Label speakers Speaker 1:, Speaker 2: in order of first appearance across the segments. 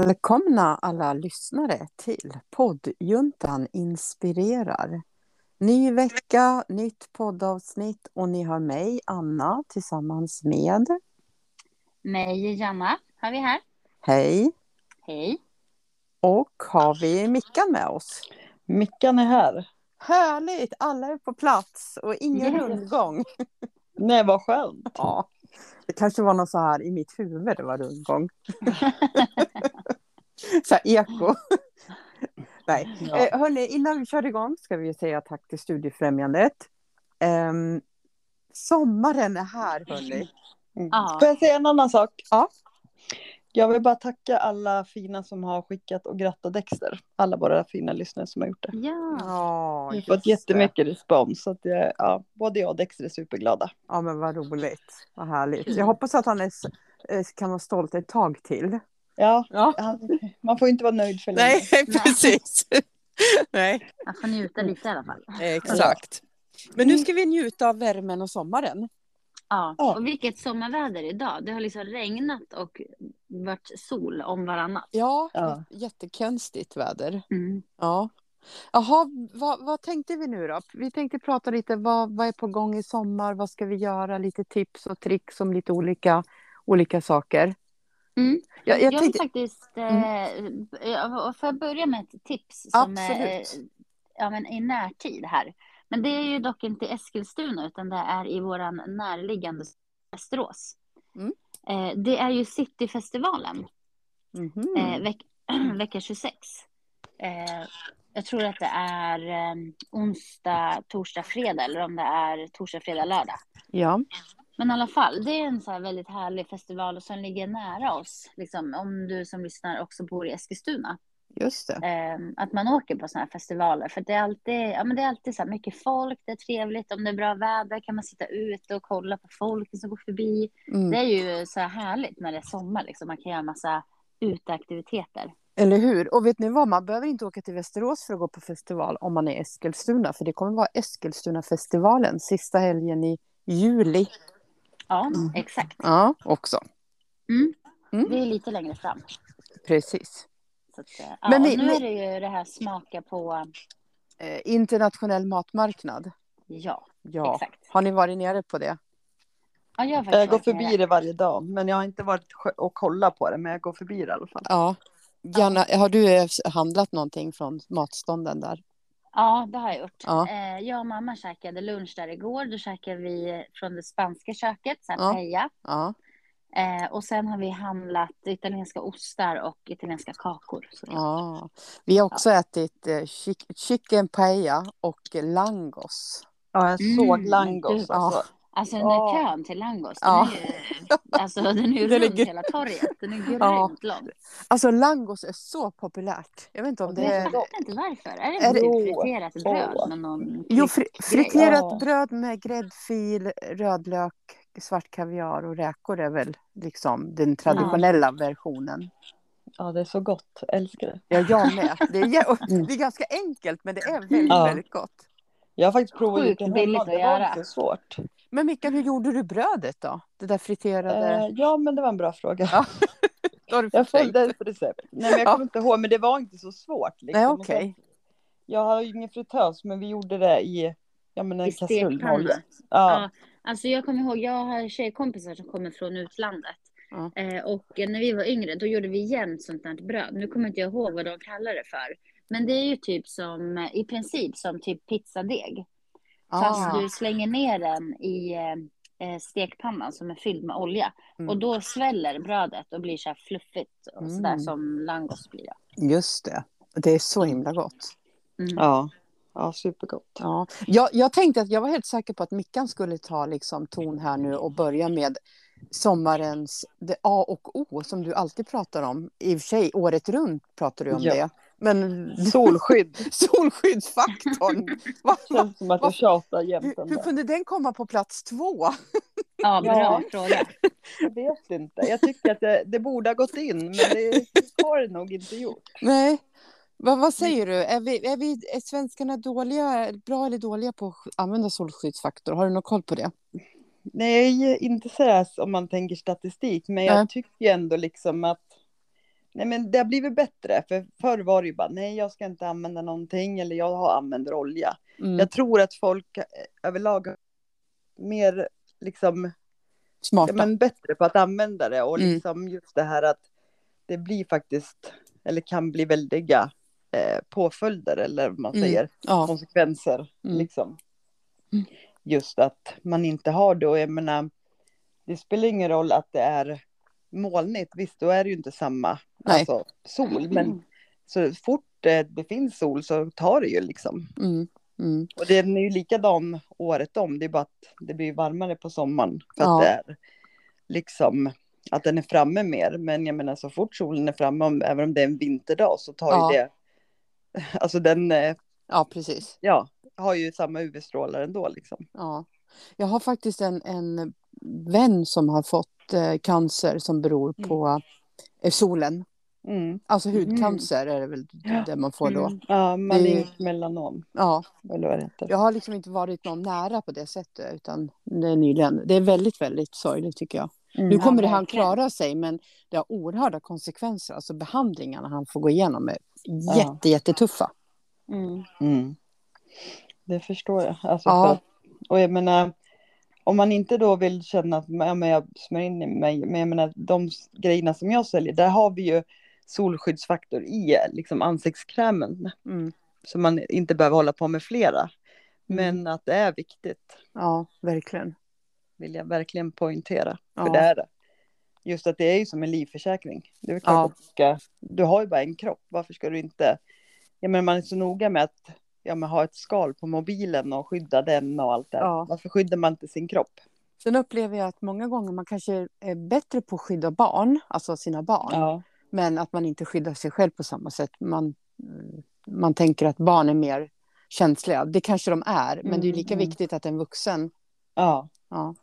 Speaker 1: Välkomna alla lyssnare till poddjuntan inspirerar. Ny vecka, nytt poddavsnitt och ni har mig, Anna, tillsammans med...
Speaker 2: Mig, Janna, har vi här.
Speaker 1: Hej!
Speaker 2: Hej.
Speaker 1: Och har vi Mickan med oss?
Speaker 3: Mickan är här.
Speaker 1: Härligt! Alla är på plats och ingen
Speaker 2: Yes.
Speaker 1: rundgång.
Speaker 3: Nej, vad skönt.
Speaker 1: Ja. Det kanske var något så här i mitt huvud det var rundgång. så här eko. Nej,
Speaker 3: Ja.
Speaker 1: Eh, hörni, innan vi kör igång ska vi säga tack till Studiefrämjandet. Ehm, sommaren är här, hörni.
Speaker 2: Ja.
Speaker 3: Mm. Får jag säga en annan sak?
Speaker 1: Ja.
Speaker 3: Jag vill bara tacka alla fina som har skickat och gratta Dexter. Alla våra fina lyssnare som har gjort det.
Speaker 2: Ja.
Speaker 1: Ja,
Speaker 3: Vi har
Speaker 1: just
Speaker 3: fått
Speaker 1: det.
Speaker 3: jättemycket respons. Så att det, ja, både jag och Dexter är superglada.
Speaker 1: Ja, men vad roligt. Vad härligt. Jag hoppas att han är, s- eh, kan vara stolt ett tag till.
Speaker 3: Ja,
Speaker 1: Ja,
Speaker 3: han, man får inte vara nöjd för länge.
Speaker 1: precis. Nej,
Speaker 2: Man får njuta lite i alla fall.
Speaker 1: exakt. Men nu ska vi njuta av värmen och sommaren.
Speaker 2: Ja.
Speaker 3: Ja.
Speaker 2: Och vilket sommarväder idag. Det har liksom regnat och varit sol om varannat.
Speaker 1: Ja,
Speaker 3: Ja.
Speaker 1: jättekonstigt väder.
Speaker 2: Mm.
Speaker 1: Ja. Jaha, vad, vad tänkte vi nu då? Vi tänkte prata lite vad, vad är på gång i sommar, vad ska vi göra, lite tips och tricks om lite olika, olika saker.
Speaker 2: Mm.
Speaker 1: Jag,
Speaker 2: Jag,
Speaker 1: jag
Speaker 2: vill
Speaker 1: tänkte, Mm.
Speaker 2: faktiskt... Eh, b- får jag börja med ett tips? Som är, eh,
Speaker 1: Absolut.
Speaker 2: ja, men i närtid här. Men det är ju dock inte Eskilstuna utan det är i våran närliggande Västerås.
Speaker 1: Mm.
Speaker 2: Eh, det är ju Cityfestivalen.
Speaker 1: Mhm.
Speaker 2: eh, veck vecka 26. Eh, jag tror att det är eh, onsdag, torsdag, fredag eller om det är torsdag, fredag, lördag.
Speaker 1: ja.
Speaker 2: Men i alla fall, det är en så här väldigt härlig festival som ligger nära oss. Liksom, om du som lyssnar också bor i Eskilstuna.
Speaker 1: Just det.
Speaker 2: Eh, att man åker på såna här festivaler. För det är alltid, ja, men det är alltid så här mycket folk, det är trevligt. Om det är bra väder kan man sitta ute och kolla på folk som går förbi. Det
Speaker 1: Mm.
Speaker 2: är ju så här härligt när det är sommar. Liksom. Man kan göra massa uteaktiviteter.
Speaker 1: Eller hur? Och vet ni vad, man behöver inte åka till Västerås för att gå på festival om man är i Eskilstuna, för det kommer vara Eskilstuna-festivalen sista helgen i juli.
Speaker 2: Ja,
Speaker 1: Mm.
Speaker 2: exakt.
Speaker 1: Ja, också.
Speaker 2: Det är lite längre fram.
Speaker 1: Precis.
Speaker 2: Så att, eh, ja,
Speaker 1: Men
Speaker 2: Men
Speaker 1: vi-
Speaker 2: nu
Speaker 1: vi-
Speaker 2: är det ju det här smaka på...
Speaker 1: Eh, internationell matmarknad.
Speaker 2: Ja,
Speaker 1: Ja.
Speaker 2: exakt.
Speaker 1: Har ni varit nere på det?
Speaker 2: Ja, jag har faktiskt
Speaker 3: Jag går
Speaker 2: varit
Speaker 3: förbi
Speaker 2: nere.
Speaker 3: det varje dag, men jag har inte varit sjö- och kollat på det, men jag går förbi det i alla fall.
Speaker 1: Ja. Janna, har du eh, handlat någonting från matstånden där?
Speaker 2: Ja, det har jag gjort.
Speaker 1: Ja.
Speaker 2: Eh, Jag och mamma käkade lunch där igår. Då käkade vi från det spanska köket, så här
Speaker 1: Ja.
Speaker 2: paella.
Speaker 1: Ja.
Speaker 2: Eh, Och sen har vi handlat italienska ostar och italienska kakor. Så
Speaker 1: ja. Vi har också ätit eh, chick- chicken paella och langos.
Speaker 3: Ja, jag
Speaker 2: Mm,
Speaker 3: såg langos.
Speaker 2: du-
Speaker 3: Alltså.
Speaker 2: Alltså den där
Speaker 3: Ja.
Speaker 2: kön till langos, den
Speaker 1: Ja.
Speaker 2: är ju, alltså, den är ju
Speaker 1: Den är
Speaker 2: runt
Speaker 1: gr-
Speaker 2: hela torget. Den är grymt
Speaker 1: Ja.
Speaker 2: lång.
Speaker 1: Alltså langos är så populärt. Jag vet inte om det
Speaker 2: Jag
Speaker 1: är...
Speaker 2: vet inte varför. Är det,
Speaker 1: Är
Speaker 2: inte
Speaker 3: det-
Speaker 2: friterat bröd
Speaker 3: Åh.
Speaker 2: med någon
Speaker 1: Jo, fri friterat
Speaker 3: Ja.
Speaker 1: bröd med gräddfil, rödlök, svart kaviar och räkor är väl liksom den traditionella versionen.
Speaker 3: Ja, det är så gott. Jag älskar det.
Speaker 1: Ja, jag med. Det är, jä- och det är ganska enkelt, men det är väldigt,
Speaker 3: Ja.
Speaker 1: väldigt gott.
Speaker 3: Jag har faktiskt provat
Speaker 2: Sjukt
Speaker 3: gjort det
Speaker 2: billigt
Speaker 3: hemma.
Speaker 2: att
Speaker 3: Det var
Speaker 2: göra.
Speaker 3: inte så svårt.
Speaker 1: Men Mikael, hur gjorde du brödet då? Det där friterade...
Speaker 3: Eh, ja, men det var en bra fråga.
Speaker 1: Ja, Då har du
Speaker 3: Jag
Speaker 1: förträngt.
Speaker 3: följde ett recept. Nej, men jag
Speaker 1: Ja.
Speaker 3: kommer inte ihåg, men det var inte så svårt. Liksom.
Speaker 1: Nej,
Speaker 3: Och sen-
Speaker 1: okej.
Speaker 3: Jag har ju ingen fritös, men vi gjorde det i ja, men en
Speaker 2: I stekpanna.
Speaker 3: kastrullolja. Ja.
Speaker 2: Ja. Alltså jag kommer ihåg, jag har tjejkompisar som kommer från utlandet.
Speaker 1: Ja.
Speaker 2: Eh, och eh, när vi var yngre då gjorde vi jämt sånt där bröd. Nu kommer inte jag ihåg vad de kallar det för. Men det är ju typ som, eh, i princip som typ pizzadeg. Fast
Speaker 1: Ah.
Speaker 2: du slänger ner den i eh, eh, stekpannan som är fylld med olja.
Speaker 1: Mm.
Speaker 2: Och då sväller brödet och blir så här fluffigt och sådär
Speaker 1: Mm.
Speaker 2: som langos blir. det.
Speaker 1: Just det. Det är så himla gott.
Speaker 2: Mm.
Speaker 3: Ja. ja, supergott.
Speaker 1: Ja. Jag, jag tänkte att jag var helt säker på att Mickan skulle ta liksom ton här nu och börja med sommarens det A och O som du alltid pratar om. I och för sig året runt pratar du om
Speaker 3: Ja.
Speaker 1: det. Men
Speaker 3: Mm. Solskydd.
Speaker 1: solskyddsfaktorn, vad, vad,
Speaker 3: Känns som att
Speaker 1: Vad-
Speaker 3: jag tjatar jämt
Speaker 1: hur,
Speaker 3: om
Speaker 1: hur
Speaker 3: det.
Speaker 1: kunde den komma på plats två?
Speaker 2: Ja, bra
Speaker 3: Ja.
Speaker 2: fråga.
Speaker 3: Jag vet inte. Jag tycker att det, det borde ha gått in, men det har det nog inte gjort.
Speaker 1: Nej. Vad,
Speaker 3: Mm.
Speaker 1: vad säger du? Är, vi, är, vi, är svenskarna dåliga, bra eller dåliga på att använda solskyddsfaktor? Har du någon koll på det?
Speaker 3: Nej, inte så här om man tänker statistik, men
Speaker 1: Nej.
Speaker 3: jag tycker ju ändå liksom att Nej men det har blivit bättre, för förr var det ju bara nej jag ska inte använda någonting eller jag har använder olja.
Speaker 1: Mm.
Speaker 3: Jag tror att folk eh, överlag har mer liksom, ja,
Speaker 1: Smarta.
Speaker 3: men bättre på att använda det och
Speaker 1: Mm.
Speaker 3: liksom just det här att det blir faktiskt, eller kan bli väldiga eh, påföljder eller vad man
Speaker 1: Mm.
Speaker 3: säger,
Speaker 1: ja.
Speaker 3: konsekvenser
Speaker 1: Mm.
Speaker 3: liksom.
Speaker 1: Mm.
Speaker 3: Just att man inte har det och jag menar, det spelar ingen roll att det är molnigt, visst då är det ju inte samma
Speaker 1: Nej.
Speaker 3: alltså, sol, men så fort eh, det finns sol så tar det ju liksom.
Speaker 1: Mm. Mm.
Speaker 3: Och den är ju likadan året om, det är bara att det blir varmare på sommaren. För att
Speaker 1: Ja.
Speaker 3: det är liksom att den är framme mer. Men jag menar så fort solen är framme, om, även om det är en vinterdag, så tar
Speaker 1: Ja.
Speaker 3: ju det... Alltså den eh,
Speaker 1: ja, precis.
Speaker 3: ja, har ju samma UV-strålar ändå liksom.
Speaker 1: Ja. Jag har faktiskt en, en vän som har fått eh, cancer som beror på eh, solen.
Speaker 3: Mm.
Speaker 1: Alltså hudcancer är det väl
Speaker 3: Ja.
Speaker 1: det man får då.
Speaker 2: Mm.
Speaker 3: Ja, malignt
Speaker 1: Det-
Speaker 3: melanom,
Speaker 1: Ja,
Speaker 3: eller vad det heter.
Speaker 1: jag har liksom inte varit någon nära på det sättet utan det är nyligen. Det är väldigt, väldigt sorgligt tycker jag. Nu
Speaker 3: Mm.
Speaker 1: kommer det han
Speaker 2: verkligen.
Speaker 1: klara sig men det har oerhörda konsekvenser. Alltså behandlingarna han får gå igenom är
Speaker 3: Ja.
Speaker 1: jätte, jättetuffa.
Speaker 2: Mm.
Speaker 3: Mm. Det förstår jag. Alltså
Speaker 1: Ja.
Speaker 3: för att, och jag menar, om man inte då vill känna att ja, men jag smörjer in i mig, men jag menar de s- grejerna som jag säljer, där har vi ju solskyddsfaktor i liksom ansiktskrämen.
Speaker 1: Mm.
Speaker 3: Så man inte behöver hålla på med flera. Men att det är viktigt
Speaker 1: Ja, verkligen.
Speaker 3: vill jag verkligen poängtera. För
Speaker 1: Ja.
Speaker 3: det är det. Just att det är ju som en livförsäkring. Det är väl klart
Speaker 1: Ja.
Speaker 3: att du, ska, du har ju bara en kropp. Varför ska du inte... Jag menar, man är så noga med att ja, men ha ett skal på mobilen och skydda den och allt det här.
Speaker 1: Ja.
Speaker 3: Varför skyddar man inte sin kropp?
Speaker 1: Sen upplever jag att många gånger man kanske är bättre på att skydda barn, alltså sina barn.
Speaker 3: Ja.
Speaker 1: Men att man inte skyddar sig själv på samma sätt. Man, mm, man tänker att barn är mer känsliga. Det kanske de är, men det är ju
Speaker 3: Mm,
Speaker 1: lika
Speaker 3: mm.
Speaker 1: viktigt att en vuxen...
Speaker 3: Ja.
Speaker 1: Ja.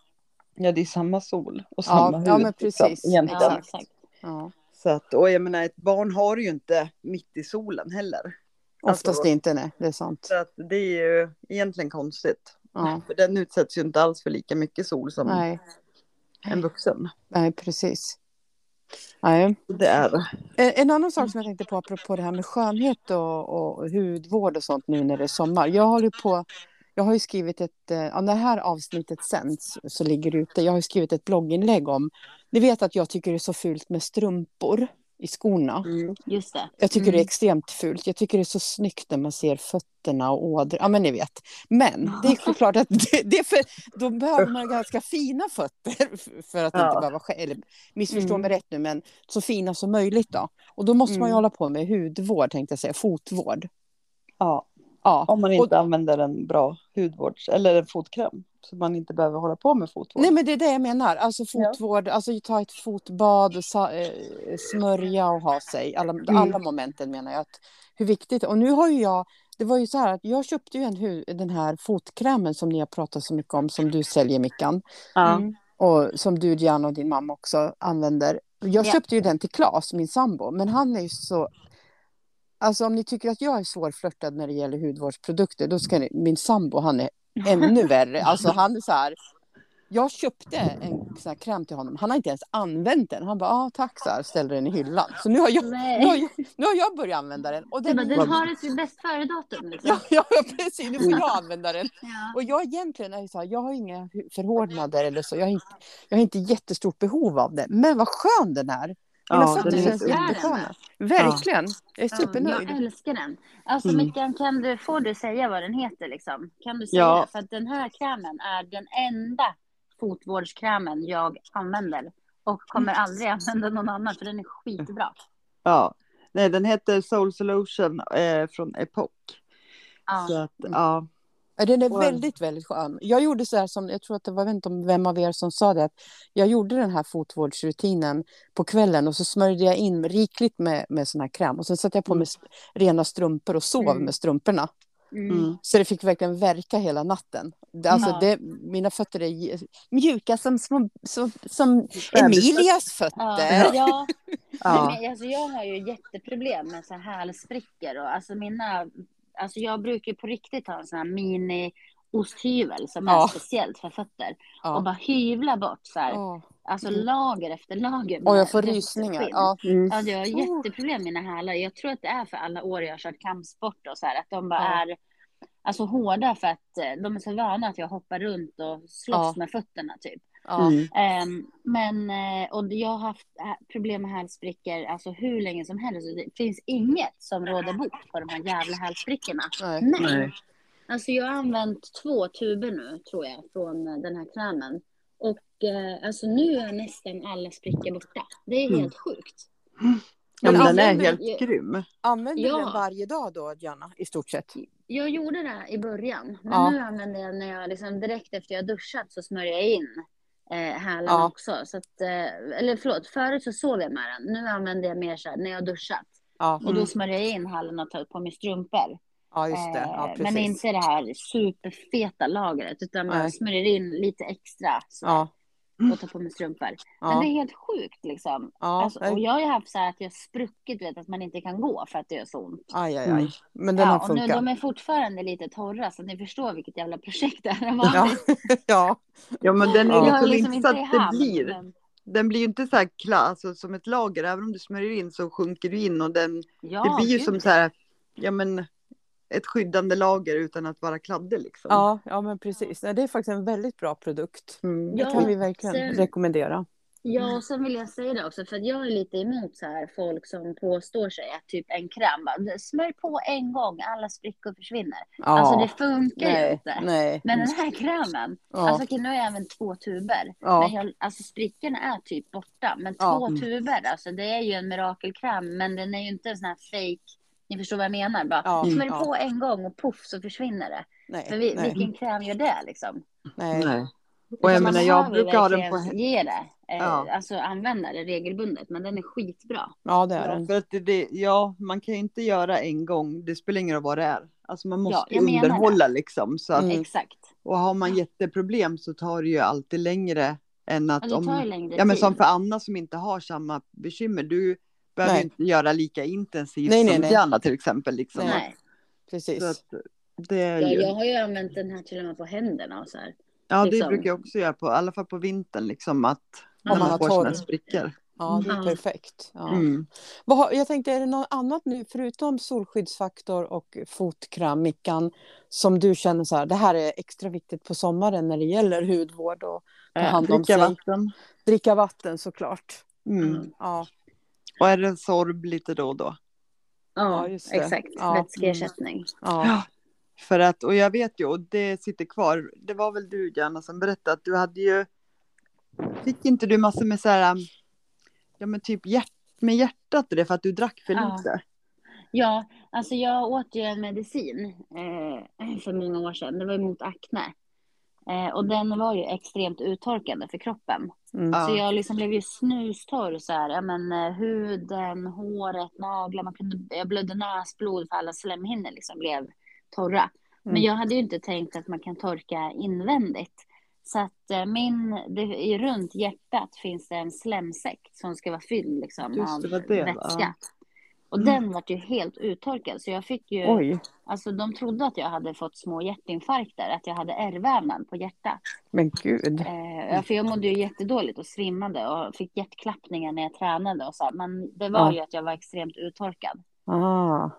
Speaker 3: ja, det är samma sol och
Speaker 1: Ja,
Speaker 3: samma hud.
Speaker 1: ja, men
Speaker 3: liksom,
Speaker 1: precis.
Speaker 3: egentligen.
Speaker 2: Ja,
Speaker 1: Exakt.
Speaker 2: exakt.
Speaker 1: Ja,
Speaker 3: Så att, och jag menar, ett barn har ju inte mitt i solen heller.
Speaker 1: oftast
Speaker 3: Alltså-
Speaker 1: inte, nej. Det är sant.
Speaker 3: Så att det är ju egentligen konstigt.
Speaker 1: Ja,
Speaker 3: För den utsätts ju inte alls för lika mycket sol som
Speaker 1: nej,
Speaker 3: en vuxen.
Speaker 1: nej, precis. Nej.
Speaker 3: Det är det.
Speaker 1: Eh, En annan sak som jag tänkte på apropå det här med skönhet och, och hudvård och sånt nu när det är sommar. Jag håller på, jag har ju skrivit ett, eh, ja, när det här avsnittet sänds så ligger det ute, jag har ju skrivit ett blogginlägg om, ni vet att jag tycker det är så fult med strumpor i skorna.
Speaker 3: Mm.
Speaker 2: Just det.
Speaker 1: Jag tycker det är
Speaker 2: Mm.
Speaker 1: extremt fult. Jag tycker det är så snyggt när man ser fötterna och ådror. Ja, men ni vet. Men det är såklart att det, det är för, då behöver man ganska fina fötter för att
Speaker 3: Ja.
Speaker 1: inte behöva... skä- Eller missförstå
Speaker 2: Mm.
Speaker 1: mig rätt nu, men så fina som möjligt då. Och då måste man ju
Speaker 3: Mm.
Speaker 1: hålla på med hudvård, tänkte jag säga. Fotvård.
Speaker 3: Ja,
Speaker 1: Ja.
Speaker 3: om man inte använder en bra hudvårds eller en fotkräm. Så man inte behöver hålla på med fotvård.
Speaker 1: Nej, men det är det jag menar. Alltså
Speaker 3: Ja.
Speaker 1: fotvård, alltså ta ett fotbad, och sa, eh, smörja och ha sig. Alla, alla momenten menar jag. Att, hur viktigt. Och nu har ju jag, det var ju så här att jag köpte ju en, hu- den här fotkrämen som ni har pratat så mycket om, som du säljer Mickan.
Speaker 3: ja.
Speaker 2: Mm.
Speaker 1: Och som du Diana och din mamma också använder. Jag
Speaker 2: Ja.
Speaker 1: köpte ju den till Claes, min sambo, men han är ju så... Alltså om ni tycker att jag är svårflörtad när det gäller hudvårdsprodukter, då ska ni... Min sambo, han är ännu värre. Alltså han är så här... Jag köpte en sån här kräm till honom. Han har inte ens använt den. Han bara, ah, tack, så här, ställde den i hyllan. Så nu har jag, nu har
Speaker 2: Nej.
Speaker 1: jag, nu har jag börjat använda den. Och
Speaker 2: Du
Speaker 1: den,
Speaker 2: eh, bara, den
Speaker 1: är-
Speaker 2: har ett bäst före-datum. Liksom.
Speaker 1: ja, ja, precis. Nu får jag använda den.
Speaker 2: Ja.
Speaker 1: Och jag egentligen är ju så här, jag har inga hu- förhårdnader eller så. Jag har, inte, jag har inte jättestort behov av det. Men vad skön den är! typ Mina
Speaker 3: Ja,
Speaker 1: fötter
Speaker 3: den är
Speaker 1: känns
Speaker 3: så-
Speaker 1: jättesköna. Verkligen! Jag är
Speaker 2: Ja,
Speaker 1: supernöjd.
Speaker 2: Jag älskar den. Alltså
Speaker 1: Mm.
Speaker 2: Mickan, kan du, får du säga vad den heter? Liksom? Kan du säga?
Speaker 3: Ja.
Speaker 2: För att den här krämen är den enda fotvårdskrämen jag använder. Och kommer aldrig använda någon annan, för den är skitbra.
Speaker 3: ja. Nej, den heter Soul Solution eh, från Epoch. Så
Speaker 2: Ja.
Speaker 3: att, ja.
Speaker 1: Ja, Den är
Speaker 3: Och-
Speaker 1: väldigt, väldigt skön. Jag gjorde så här som, jag tror att det var, jag vet inte om vem av er som sa det, att jag gjorde den här fotvårdsrutinen på kvällen och så smörjde jag in rikligt med, med sån här kräm och sen satte jag på mig
Speaker 3: Mm.
Speaker 1: sp- rena strumpor och sov
Speaker 2: Mm.
Speaker 1: med strumporna.
Speaker 2: Mm.
Speaker 3: Mm.
Speaker 1: Så det fick verkligen verka hela natten. Det, alltså,
Speaker 2: Ja.
Speaker 1: det, mina fötter är j- mjuka som, små, som, som
Speaker 3: Bebisfötter.
Speaker 1: Emilias fötter.
Speaker 2: Ja. ja.
Speaker 3: ja.
Speaker 2: Nej, men, alltså, jag har ju jätteproblem med så här hälsprickor. Och, alltså, mina, alltså, jag brukar ju på riktigt ha en sån här mini osthyvel som
Speaker 1: Ja.
Speaker 2: är speciellt för fötter.
Speaker 1: Ja.
Speaker 2: Och bara hyvla bort så här,
Speaker 1: Ja.
Speaker 2: alltså
Speaker 1: Mm.
Speaker 2: lager efter lager.
Speaker 1: Och
Speaker 2: med
Speaker 1: jag får
Speaker 2: rött
Speaker 1: rysningar.
Speaker 2: skinn.
Speaker 1: Ja.
Speaker 3: Mm.
Speaker 2: Ja, jag har
Speaker 1: Oh.
Speaker 2: jätteproblem med mina hälar. Jag tror att det är för alla år jag har kört kampsport och så här, att de bara
Speaker 1: Ja.
Speaker 2: är alltså, hårda för att eh, de är så vana att jag hoppar runt och slåss
Speaker 1: Ja.
Speaker 2: med fötterna typ.
Speaker 1: Ja.
Speaker 3: Mm.
Speaker 2: Ehm, men, eh, och jag har haft eh, problem med hälsbrickor alltså hur länge som helst. Det finns inget som råder bot på de här jävla hälsbrickorna.
Speaker 1: Nej.
Speaker 2: Nej.
Speaker 3: Nej.
Speaker 2: Alltså jag har använt två tuber nu tror jag från eh, den här krämen. Och eh, alltså nu är nästan alla sprickor borta. Det är helt
Speaker 3: Mm.
Speaker 2: sjukt.
Speaker 3: Ja,
Speaker 1: Men
Speaker 3: men den är
Speaker 2: använder-
Speaker 3: helt grym.
Speaker 1: Använder
Speaker 2: Ja.
Speaker 1: du den varje dag då, Joanna? I stort sett?
Speaker 2: Jag gjorde det i början, men
Speaker 1: Ja.
Speaker 2: nu använder jag när jag liksom direkt efter jag duschat så smörjer jag in eh, hälarna
Speaker 1: Ja.
Speaker 2: också. Så att, eh, eller förlåt, förut så sov jag med den. Nu använder jag mer så här, när jag duschat.
Speaker 1: Ja,
Speaker 2: Och
Speaker 3: Mm.
Speaker 2: då smörjer jag in hälarna och tar upp på mina strumpor.
Speaker 1: ja just det.
Speaker 2: Eh,
Speaker 1: Ja,
Speaker 2: men
Speaker 1: precis.
Speaker 2: inte det här superfeta lagret, utan bara
Speaker 1: Nej.
Speaker 2: smörjer in lite extra så,
Speaker 1: Ja,
Speaker 2: och tar på mig strumpor. Men
Speaker 1: ja,
Speaker 2: det är helt sjukt liksom.
Speaker 1: ja.
Speaker 2: Alltså, och jag har ju haft så här att jag spruckit, du vet, att man inte kan gå för att det gör så ont.
Speaker 1: Aj, aj,
Speaker 3: Mm.
Speaker 1: aj. Men den
Speaker 2: ja,
Speaker 1: har
Speaker 2: och nu,
Speaker 1: funkat.
Speaker 2: de är fortfarande lite torra så att ni förstår vilket jävla projekt det här har varit.
Speaker 1: Ja,
Speaker 2: Mm.
Speaker 1: ja.
Speaker 3: Ja men den är
Speaker 1: Ja.
Speaker 2: Jag är liksom
Speaker 3: liksom, inte
Speaker 2: inte i
Speaker 3: så att det
Speaker 2: hamn.
Speaker 3: blir.
Speaker 2: men-
Speaker 3: Den blir ju inte så här klass, alltså, som ett lager. Även om du smörjer in så sjunker du in och den,
Speaker 2: Ja,
Speaker 3: det blir ju
Speaker 2: gud.
Speaker 3: som så här, ja men ett skyddande lager utan att vara kladdig liksom.
Speaker 1: ja, ja men precis. Nej, Det är faktiskt en väldigt bra produkt.
Speaker 3: Mm.
Speaker 1: Det
Speaker 2: Ja,
Speaker 1: kan vi verkligen
Speaker 2: sen-
Speaker 1: rekommendera.
Speaker 2: Ja, och sen vill jag säga det också, för att jag är lite emot så här folk som påstår sig att typ en kräm, bara, smörj på en gång, alla sprickor försvinner.
Speaker 1: Ja.
Speaker 2: Alltså det funkar ju
Speaker 1: nej,
Speaker 2: inte.
Speaker 1: nej.
Speaker 2: Men den här krämen,
Speaker 1: ja,
Speaker 2: alltså okej, nu har jag använt två tuber,
Speaker 1: ja.
Speaker 2: men jag, alltså sprickorna är typ borta. Men
Speaker 1: Ja.
Speaker 2: två
Speaker 3: Mm.
Speaker 2: tuber, alltså det är ju en mirakelkräm, men den är ju inte en sån här fake, ni förstår vad jag menar, bara
Speaker 1: ja,
Speaker 3: Mm,
Speaker 2: smörj
Speaker 1: ja.
Speaker 2: på en gång och poff så försvinner det. För
Speaker 1: Nej,
Speaker 2: vi,
Speaker 1: nej,
Speaker 2: vilken kräm gör det liksom?
Speaker 1: nej.
Speaker 3: Nej. Och jag
Speaker 2: Utan man
Speaker 3: menar jag
Speaker 2: behöver ju
Speaker 3: brukar ha den
Speaker 2: verkligen
Speaker 3: på
Speaker 2: Ge det, eh,
Speaker 3: Ja.
Speaker 2: alltså använda det regelbundet, men den är skitbra.
Speaker 1: Ja, det är
Speaker 3: Ja,
Speaker 1: den.
Speaker 3: för att det, det, ja, man kan ju inte göra en gång. Det spelar ingen roll vad det är. Alltså man måste
Speaker 2: jag menar det.
Speaker 3: underhålla liksom. Så att,
Speaker 1: Mm.
Speaker 2: Exakt.
Speaker 3: Och har man jätteproblem så tar det ju alltid längre än
Speaker 2: Och
Speaker 3: att
Speaker 2: det tar ju
Speaker 3: om...
Speaker 2: längre
Speaker 3: Ja men
Speaker 2: tid.
Speaker 3: som för Anna som inte har samma bekymmer. Du behöver
Speaker 1: Nej.
Speaker 3: ju inte göra lika intensivt
Speaker 1: Nej, nej,
Speaker 3: som
Speaker 1: nej.
Speaker 3: Diana till exempel. Liksom.
Speaker 1: Nej.
Speaker 2: Nej.
Speaker 1: Precis.
Speaker 3: Så att det är
Speaker 2: Ja,
Speaker 3: ju...
Speaker 2: jag har ju använt den här till och med på händerna och så här.
Speaker 3: Ja, det
Speaker 2: liksom.
Speaker 3: brukar jag också göra på, i alla fall på vintern liksom att när
Speaker 1: man
Speaker 3: man,
Speaker 1: har
Speaker 3: får sina
Speaker 1: torr.
Speaker 3: sprickor.
Speaker 1: Ja, det är
Speaker 2: Ja.
Speaker 1: perfekt. Ja.
Speaker 3: Mm.
Speaker 1: Vad har, jag tänkte, är det något annat nu förutom solskyddsfaktor och fotkräm, Mickan, som du känner så här, det här är extra viktigt på sommaren när det gäller hudvård och Ta hand om
Speaker 3: Dricka
Speaker 1: sig.
Speaker 3: vatten.
Speaker 1: dricka vatten såklart.
Speaker 3: Mm.
Speaker 2: Mm.
Speaker 1: Ja,
Speaker 3: Och är det sorb lite då och då.
Speaker 2: Ja,
Speaker 1: Ja, just det.
Speaker 2: exakt.
Speaker 1: Ja.
Speaker 2: Vätskeersättning.
Speaker 1: ja,
Speaker 3: För att, och jag vet ju, och det sitter kvar, det var väl du Janna som berättade att du hade ju, fick inte du massor med så här, um, ja men typ hjärt, med hjärtat och det för att du drack för
Speaker 2: Ja.
Speaker 3: lite?
Speaker 2: Ja, alltså jag åt ju en medicin eh, för många år sedan. Det var emot akne. Eh, och den var ju extremt uttorkande för kroppen.
Speaker 1: mm.
Speaker 3: Ja.
Speaker 2: Så jag liksom blev ju snustorr så här, ja men eh, huden, håret, naglar, man kunde, jag blödde näsblod för alla slemhinnor liksom blev torra. Men
Speaker 1: Mm.
Speaker 2: jag hade ju inte tänkt att man kan torka invändigt. Så att eh, min, det, i runt hjärtat finns det en slemsäck som ska vara fylld liksom
Speaker 3: Just
Speaker 2: av
Speaker 3: det, vad det var.
Speaker 2: vätska. Och
Speaker 3: Mm.
Speaker 2: den var ju helt uttorkad så jag fick ju,
Speaker 1: Oj,
Speaker 2: alltså de trodde att jag hade fått små hjärtinfarkter, att jag hade ärrvävnad på hjärtat.
Speaker 1: men gud.
Speaker 2: Eh, ja, för jag mådde ju jättedåligt och svimmade och fick hjärtklappningar när jag tränade och så här. Men det var
Speaker 1: Ja.
Speaker 2: ju att jag var extremt uttorkad.
Speaker 1: Ah.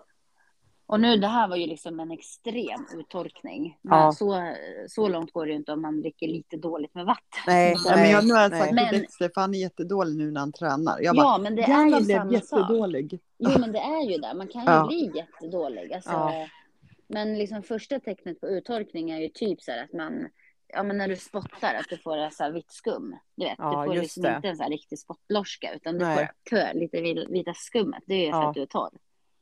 Speaker 2: Och nu det här var ju liksom en extrem uttorkning. Men
Speaker 1: Ja.
Speaker 2: så, så långt går det ju inte om man dricker lite dåligt med vatten.
Speaker 1: Nej,
Speaker 3: Ja, men jag, nu har jag
Speaker 1: nej.
Speaker 3: sagt
Speaker 2: Men-
Speaker 3: till Dexter, för han är jättedålig nu när han tränar. Jag bara,
Speaker 2: ja, men det är
Speaker 3: Diana
Speaker 2: ju
Speaker 3: blev
Speaker 2: samma sak.
Speaker 3: jättedålig.
Speaker 2: Jo, men det är ju det. Man kan ju
Speaker 3: Ja.
Speaker 2: bli jättedålig. Alltså,
Speaker 1: Ja.
Speaker 2: Men liksom första tecknet på uttorkning är ju typ så här att man, ja men när du spottar, att du får så här vitt skum. Du vet,
Speaker 1: Ja,
Speaker 2: du får
Speaker 1: just
Speaker 2: liksom
Speaker 1: det.
Speaker 2: inte en så här riktig spottloska, utan du
Speaker 1: Nej.
Speaker 2: får kö, lite vil- vita skummet. Det är ju för
Speaker 1: Ja.
Speaker 2: att du är torr.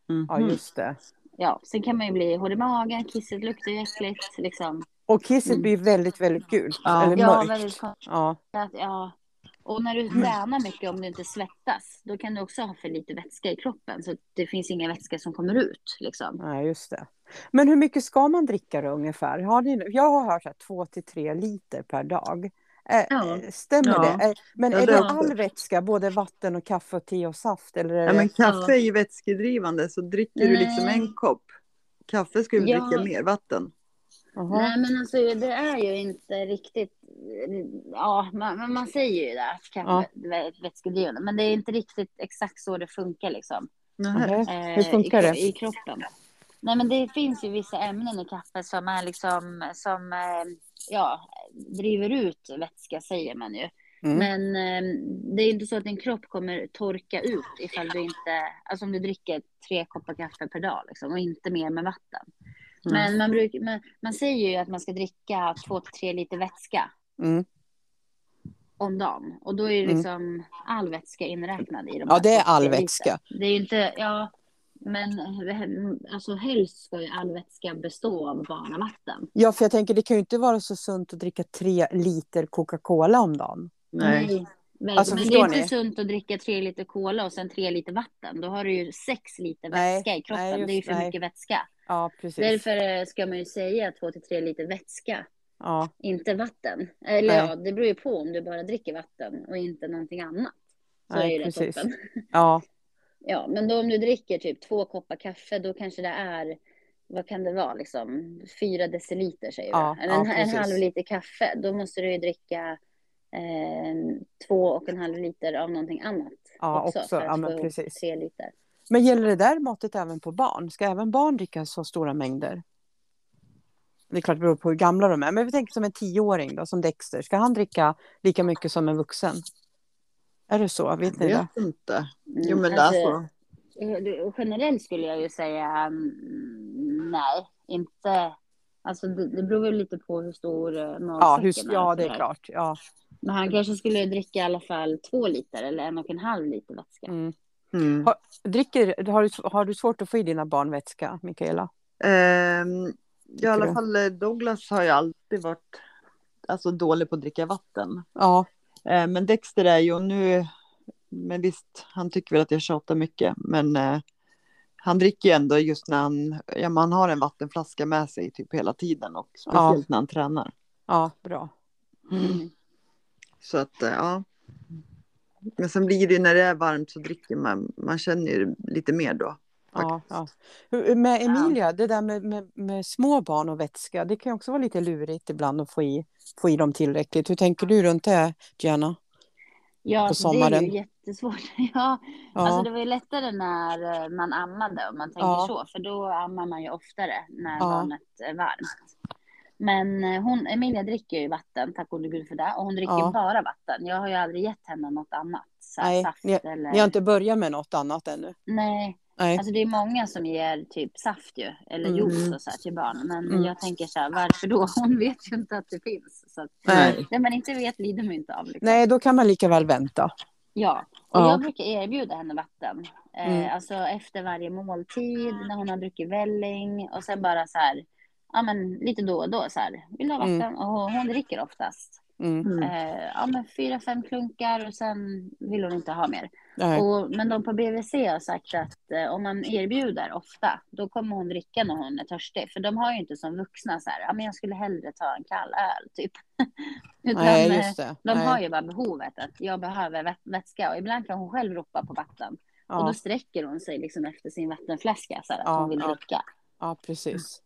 Speaker 3: Mhm.
Speaker 1: Ja, just det.
Speaker 2: Ja, sen kan man ju bli hård i magen, kisset luktar ju äckligt liksom.
Speaker 1: Och kisset
Speaker 3: Mm.
Speaker 1: blir väldigt, väldigt gult.
Speaker 3: Ja.
Speaker 1: Eller
Speaker 2: Ja,
Speaker 1: mörkt. Mm.
Speaker 2: väldigt konstigt.
Speaker 1: Ja,
Speaker 2: att- Ja. Och när du tränar mycket, om du inte svettas, då kan du också ha för lite vätska i kroppen. Så att det finns ingen vätska som kommer ut liksom.
Speaker 1: nej, just det. Men hur mycket ska man dricka då ungefär? Har ni, jag har hört att två till tre liter per dag. Eh,
Speaker 2: Ja.
Speaker 1: Stämmer
Speaker 3: Ja.
Speaker 1: det? Eh, Men
Speaker 3: Ja,
Speaker 1: är
Speaker 3: det
Speaker 1: det
Speaker 2: har jag
Speaker 1: all vätska, både vatten och kaffe och te och saft? Eller är
Speaker 3: Ja,
Speaker 1: det-
Speaker 3: men kaffe är ju vätskedrivande så dricker du liksom
Speaker 2: Nej.
Speaker 3: en kopp kaffe ska du
Speaker 2: Ja.
Speaker 3: dricka mer vatten.
Speaker 1: Jaha.
Speaker 2: Nej men alltså det är ju inte riktigt, ja man, man- man säger ju det att kaffe är ett vätskedrivande men det är inte riktigt exakt så det funkar liksom.
Speaker 3: Nej.
Speaker 1: Nej.
Speaker 2: eh,
Speaker 1: Hur funkar
Speaker 2: i,
Speaker 1: det?
Speaker 2: I kroppen. Nej men det finns ju vissa ämnen i kaffe som är liksom, som eh, ja, driver ut vätska säger man ju.
Speaker 1: Mm.
Speaker 2: Men eh, det är inte så att din kropp kommer torka ut ifall du inte, alltså om du dricker tre koppar kaffe per dag liksom, och inte mer med vatten.
Speaker 1: Mm.
Speaker 2: Men man, bruk, men man säger ju att man ska dricka två till tre liter vätska
Speaker 1: Mm.
Speaker 2: om dagen. Och då är ju
Speaker 1: Mm.
Speaker 2: liksom all vätska inräknad i de
Speaker 1: Ja,
Speaker 2: här
Speaker 1: det är
Speaker 2: två till
Speaker 1: all
Speaker 2: tre liter.
Speaker 1: vätska.
Speaker 2: Det är ju inte, ja, men alltså helst ska ju all vätska bestå av bara vatten.
Speaker 1: Ja, för jag tänker det kan ju inte vara så sunt att dricka tre liter Coca-Cola om dagen.
Speaker 3: Nej.
Speaker 2: Men,
Speaker 1: Alltså,
Speaker 2: men det
Speaker 1: förstår
Speaker 2: är inte
Speaker 1: ni?
Speaker 2: sunt att dricka tre liter cola och sen tre liter vatten. Då har du ju sex liter
Speaker 1: Nej,
Speaker 2: vätska i kroppen.
Speaker 1: nej, just-
Speaker 2: det är ju för
Speaker 1: nej.
Speaker 2: mycket vätska.
Speaker 1: Ja, precis.
Speaker 2: Därför eh, ska man ju säga två till tre liter vätska,
Speaker 1: Ja,
Speaker 2: inte vatten. Eller
Speaker 1: Nej.
Speaker 2: ja, det beror ju på om du bara dricker vatten och inte någonting annat. Så
Speaker 1: Nej,
Speaker 2: är ju det
Speaker 1: precis.
Speaker 2: toppen.
Speaker 1: ja.
Speaker 2: Ja, men då om du dricker typ två koppar kaffe, då kanske det är, vad kan det vara, liksom fyra deciliter säger
Speaker 1: Ja,
Speaker 2: vi. Eller en,
Speaker 1: ja,
Speaker 2: en
Speaker 1: precis.
Speaker 2: halv liter kaffe, då måste du ju dricka eh, två och en halv liter av någonting annat
Speaker 1: Ja,
Speaker 2: också.
Speaker 1: också.
Speaker 2: för att
Speaker 1: Ja,
Speaker 2: få
Speaker 1: men
Speaker 2: ihop
Speaker 1: precis.
Speaker 2: Tre liter.
Speaker 1: Men gäller det där måttet även på barn? Ska även barn dricka så stora mängder? Det är klart det beror på hur gamla de är. Men vi tänker som en tioåring då, som Dexter. Ska han dricka lika mycket som en vuxen? Är det så? Vet ni det?
Speaker 3: Vet inte.
Speaker 2: Mm,
Speaker 3: Jo men det
Speaker 2: alltså,
Speaker 3: alltså.
Speaker 2: eh, du- Generellt skulle jag ju säga mm, nej, inte. Alltså det, det beror väl lite på hur stor eh,
Speaker 1: Ja, hur,
Speaker 2: magsäcken och
Speaker 1: ja det är
Speaker 2: sådär.
Speaker 1: klart. Ja.
Speaker 2: Men han kanske skulle dricka i alla fall två liter eller en och en halv liter vätska.
Speaker 1: Mm.
Speaker 3: Mm.
Speaker 1: Dricker, har, du, har du svårt att få i dina barn vätska, Mikaela?
Speaker 3: Ehm, ja, I
Speaker 1: Tycker du?
Speaker 3: alla fall eh, Douglas har ju alltid varit alltså, dålig på att dricka vatten.
Speaker 1: Ja.
Speaker 3: Eh, Men Dexter är ju och nu, men visst, han tycker väl att jag tjatar mycket, men eh, han dricker ju ändå just när han, ja, man har en vattenflaska med sig typ hela tiden och speciellt när han tränar.
Speaker 1: Ja, bra.
Speaker 2: Mm.
Speaker 3: Så att, eh, ja. Men sen blir det ju när det är varmt så dricker man, man känner ju lite mer då.
Speaker 1: Ja, ja. Hur- Med Emilia, det där med, med, med små barn och vätska, det kan ju också vara lite lurigt ibland att få i, få i dem tillräckligt. Hur tänker du runt det, Gianna?
Speaker 2: Ja,
Speaker 1: på
Speaker 2: alltså, Det är
Speaker 1: sommaren.
Speaker 2: ju jättesvårt. Ja,
Speaker 1: Ja.
Speaker 2: Alltså det var ju lättare när eh, man ammade om man tänker
Speaker 1: Ja.
Speaker 2: så. För då ammar man ju oftare när
Speaker 1: Ja.
Speaker 2: barnet är varmt. Men eh, hon, Emilia dricker ju vatten, tack gode gud för det. Och hon dricker
Speaker 1: Ja.
Speaker 2: bara vatten. Jag har ju aldrig gett henne något annat. Så här,
Speaker 1: Nej,
Speaker 2: saft eller...
Speaker 1: Ni har inte börjat med något annat ännu?
Speaker 2: Nej,
Speaker 1: Nej.
Speaker 2: alltså det är många som ger typ saft ju. Eller
Speaker 1: Mm.
Speaker 2: juice och så här till barn. Men
Speaker 1: Mm.
Speaker 2: jag tänker så här, varför då? Hon vet ju inte att det finns. Så att,
Speaker 1: Nej.
Speaker 2: det man inte vet lider man inte av. Liksom.
Speaker 1: Nej, då kan man lika väl vänta.
Speaker 2: Ja, och
Speaker 1: Ja.
Speaker 2: jag brukar erbjuda henne vatten. Eh,
Speaker 1: Mm.
Speaker 2: Alltså efter varje måltid, när hon har druckit välling och sen bara så här, ja men lite då och då så här, vill du ha
Speaker 1: Mm.
Speaker 2: vatten? Och hon, hon dricker oftast.
Speaker 1: Mm.
Speaker 3: Mm.
Speaker 2: Eh, ja men fyra, fem klunkar och sen vill hon inte ha mer.
Speaker 1: Nej.
Speaker 2: Och, men de på BVC har sagt att eh, om man erbjuder ofta, då kommer hon dricka när hon är törstig. För de har ju inte som vuxna så här, ja men jag skulle hellre ta en kall öl typ. Utan,
Speaker 1: Nej,
Speaker 2: eh,
Speaker 1: just det.
Speaker 2: de
Speaker 1: Nej.
Speaker 2: har ju bara behovet att jag behöver vä- vätska och ibland kan hon själv ropa på vatten. Och
Speaker 1: ja.
Speaker 2: då sträcker hon sig liksom efter sin vattenflaska så här att
Speaker 1: Ja,
Speaker 2: hon vill
Speaker 1: ja.
Speaker 2: dricka.
Speaker 1: ja, precis.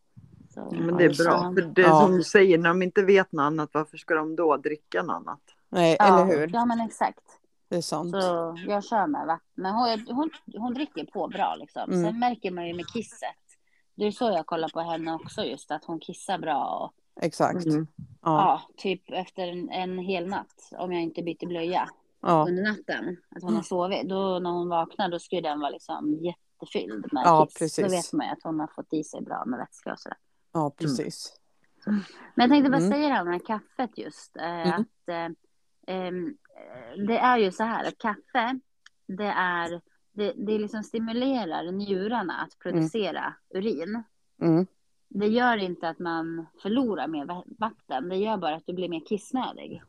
Speaker 2: Mm. Så,
Speaker 3: Men det är
Speaker 2: så-
Speaker 3: bra, för det
Speaker 1: Ja.
Speaker 3: är som du säger, när de inte vet något annat, varför ska de då dricka något annat?
Speaker 1: Nej,
Speaker 2: Ja,
Speaker 1: eller hur?
Speaker 2: Ja men exakt.
Speaker 1: Det är sant.
Speaker 2: Så jag kör med vatten. Men hon, hon, hon dricker på bra liksom.
Speaker 1: Mm.
Speaker 2: Sen märker man ju med kisset. Det är så jag kollar på henne också just att hon kissar bra. Och,
Speaker 1: Exakt.
Speaker 3: Mm.
Speaker 1: Ja.
Speaker 2: ja, typ efter en, en hel natt om jag inte byter blöja.
Speaker 1: Ja.
Speaker 2: under natten, att hon har sovit, då när hon vaknar då skulle den vara liksom jättefylld med
Speaker 1: Ja,
Speaker 2: kiss.
Speaker 1: precis.
Speaker 2: Då vet man ju att hon har fått i sig bra med vätska och sådär.
Speaker 3: Mm.
Speaker 1: ja, precis.
Speaker 2: Men jag tänkte bara
Speaker 1: Mm.
Speaker 2: säga det här med kaffet just. Eh,
Speaker 1: Mm.
Speaker 2: att, eh, ehm, det är ju så här att kaffe, det är, det, det liksom stimulerar njurarna att producera urin.
Speaker 1: Mm.
Speaker 2: Det gör inte att man förlorar mer va- vatten, det gör bara att du blir mer kissnödig.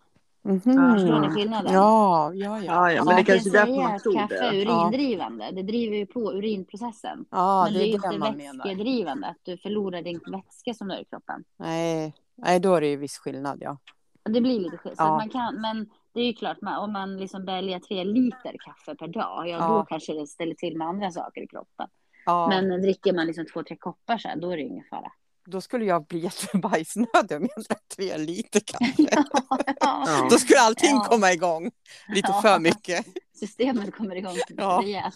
Speaker 2: Förstår ni
Speaker 1: Mhm.
Speaker 2: skillnaden?
Speaker 1: Ja, ja, ja.
Speaker 3: Ja, ja,
Speaker 2: man
Speaker 3: men det
Speaker 2: kan
Speaker 3: kanske är därför
Speaker 2: säga
Speaker 3: man
Speaker 2: att
Speaker 3: tror
Speaker 2: Kaffe är
Speaker 3: det.
Speaker 2: urindrivande, det driver ju på urinprocessen.
Speaker 1: Ja,
Speaker 2: men
Speaker 1: det är
Speaker 2: inte
Speaker 1: det man menar.
Speaker 2: vätskedrivande, att du förlorar din vätska som du har i kroppen.
Speaker 1: Nej. Nej, då är det ju viss skillnad, ja.
Speaker 2: Och det blir lite skit. Så
Speaker 1: Ja.
Speaker 2: att man kan, men det är ju klart, man, om man liksom väljer tre liter kaffe per dag, ja,
Speaker 1: Ja.
Speaker 2: då kanske det ställer till med andra saker i kroppen.
Speaker 1: ja.
Speaker 2: Men dricker man liksom två, tre koppar så här, då är det ingen fara.
Speaker 1: då skulle jag bli jättebajsnödig om jag drack tre liter kanske.
Speaker 2: Ja.
Speaker 1: Då skulle allting
Speaker 2: Ja.
Speaker 1: komma igång lite
Speaker 2: Ja.
Speaker 1: för mycket.
Speaker 2: Systemet kommer igång
Speaker 1: Ja.
Speaker 2: rejält.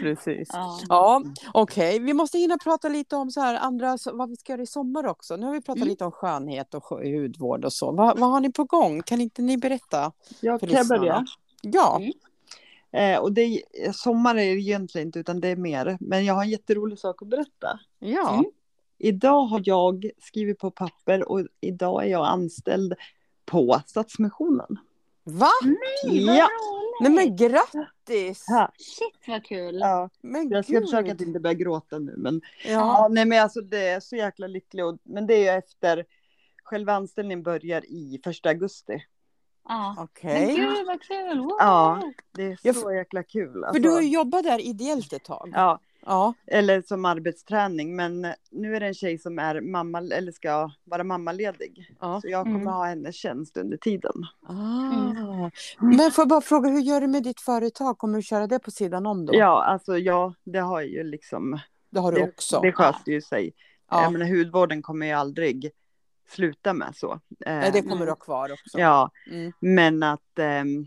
Speaker 1: Precis.
Speaker 2: Ja.
Speaker 1: Ja, okej. Vi måste hinna prata lite om så här andra, så- vad vi ska göra i sommar också. Nu har vi pratat
Speaker 2: Mm.
Speaker 1: lite om skönhet och sjö- hudvård och så. Vad, vad har ni på gång? Kan inte ni berätta?
Speaker 3: Jag
Speaker 1: för
Speaker 3: kan jag
Speaker 1: lyssnarna?
Speaker 3: börja.
Speaker 1: Ja.
Speaker 2: Mm.
Speaker 3: Eh, och det är, sommar är det egentligen inte, utan det är mer. Men jag har en jätterolig sak att berätta.
Speaker 1: Ja.
Speaker 2: Mm.
Speaker 3: Idag har jag skrivit på papper och idag är jag anställd på Stadsmissionen.
Speaker 1: Va?
Speaker 2: Nej, vad
Speaker 3: Ja.
Speaker 2: roligt!
Speaker 1: Nej men grattis!
Speaker 3: Ja.
Speaker 2: Shit vad kul!
Speaker 3: Ja,
Speaker 1: Men
Speaker 3: jag ska
Speaker 1: gud.
Speaker 3: försöka att inte börja gråta nu, men
Speaker 1: Ja.
Speaker 3: Ja, nej men alltså det är så jäkla lycklig. Och, men det är ju efter själva anställningen börjar i första augusti.
Speaker 2: Ja.
Speaker 1: Okej.
Speaker 2: Men gud vad kul! Wow.
Speaker 3: Ja. Det är så
Speaker 1: Ja,
Speaker 3: jäkla kul.
Speaker 1: För
Speaker 3: Alltså.
Speaker 1: du har ju jobbat där ideellt ett tag.
Speaker 3: Ja,
Speaker 1: Ja.
Speaker 3: eller som arbetsträning. Men nu är det en tjej som är mamma, eller ska vara mammaledig.
Speaker 1: ja.
Speaker 3: Så jag kommer
Speaker 2: Mm.
Speaker 3: ha hennes tjänst under tiden.
Speaker 1: Ah. Men får jag bara fråga, hur gör du med ditt företag? Kommer du köra det på sidan om då?
Speaker 3: Ja, alltså ja, det har ju liksom.
Speaker 1: Det har du också.
Speaker 3: Det sköter ju sig. Jag
Speaker 1: ja.
Speaker 3: menar, hudvården kommer ju aldrig sluta med så.
Speaker 1: Nej,
Speaker 3: Eh,
Speaker 1: det kommer du ha kvar också.
Speaker 3: Ja,
Speaker 1: Mm.
Speaker 3: Men att, ehm,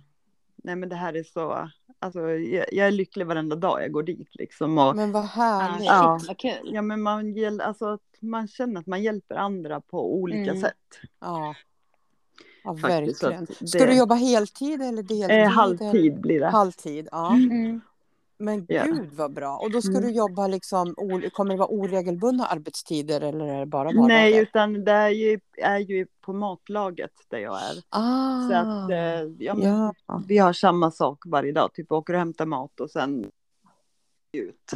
Speaker 3: nej men det här är så, alltså jag, jag är lycklig varenda dag jag går dit liksom. Och,
Speaker 1: Men vad
Speaker 2: Ja, shit
Speaker 1: härligt.
Speaker 3: Ja.
Speaker 2: vad kul!
Speaker 3: ja men man, hjäl- alltså, att man känner att man hjälper andra på olika
Speaker 2: Mm.
Speaker 3: sätt.
Speaker 1: Ja, ja
Speaker 3: Faktiskt, så
Speaker 1: verkligen.
Speaker 3: att det-
Speaker 1: Ska du jobba heltid eller deltid?
Speaker 3: Eh,
Speaker 1: eller-
Speaker 3: halvtid blir det.
Speaker 1: Halvtid, ja.
Speaker 2: Mm.
Speaker 1: Men
Speaker 3: Ja.
Speaker 1: gud vad bra. Och då ska
Speaker 3: Mm.
Speaker 1: du jobba liksom, o- kommer det vara oregelbundna arbetstider eller är det bara vardagar?
Speaker 3: nej utan det är ju, är ju på matlaget där jag är.
Speaker 1: Ah,
Speaker 3: Så att, eh, ja, men,
Speaker 1: ja.
Speaker 3: vi har samma sak varje dag, typ åker och hämtar mat och sen ut.